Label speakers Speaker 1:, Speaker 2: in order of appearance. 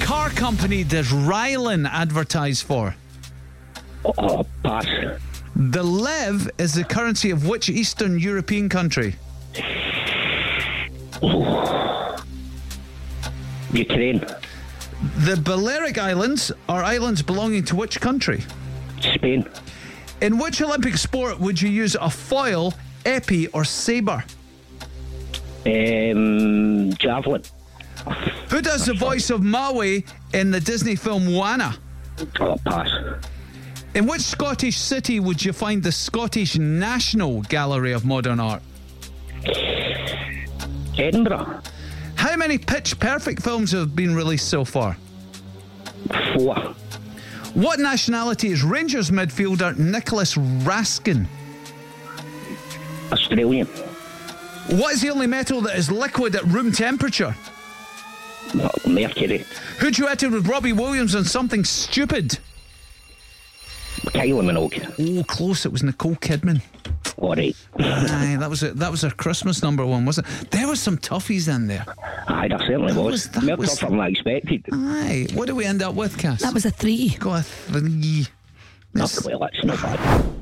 Speaker 1: car company does Rylan advertise for?
Speaker 2: Oh, pass.
Speaker 1: The lev is the currency of which Eastern European country?
Speaker 2: Ukraine.
Speaker 1: The Balearic Islands are islands belonging to which country?
Speaker 2: Spain.
Speaker 1: In which Olympic sport would you use a foil, epi, or sabre?
Speaker 2: Um, javelin.
Speaker 1: Who does the voice of Maui in the Disney film Moana?
Speaker 2: Oh, pass.
Speaker 1: In which Scottish city would you find the Scottish National Gallery of Modern Art?
Speaker 2: Edinburgh.
Speaker 1: How many pitch perfect films have been released so far?
Speaker 2: Four.
Speaker 1: What nationality is Rangers midfielder Nicholas Raskin?
Speaker 2: Australian.
Speaker 1: What is the only metal that is liquid at room temperature?
Speaker 2: Oh, Mercury.
Speaker 1: Who duetted with Robbie Williams on something stupid?
Speaker 2: Kylie Minogue.
Speaker 1: Oh, close. It was Nicole Kidman.
Speaker 2: All right.
Speaker 1: Aye, that was a, that was her Christmas number one, wasn't it? There were some toughies in there.
Speaker 2: Aye, that certainly
Speaker 1: That
Speaker 2: was.
Speaker 1: was- that
Speaker 2: More
Speaker 1: was-
Speaker 2: tougher than I expected.
Speaker 1: Aye. What do we end up with, Cass?
Speaker 3: That was a three.
Speaker 1: Got a three.
Speaker 2: Not- Well, that's not bad.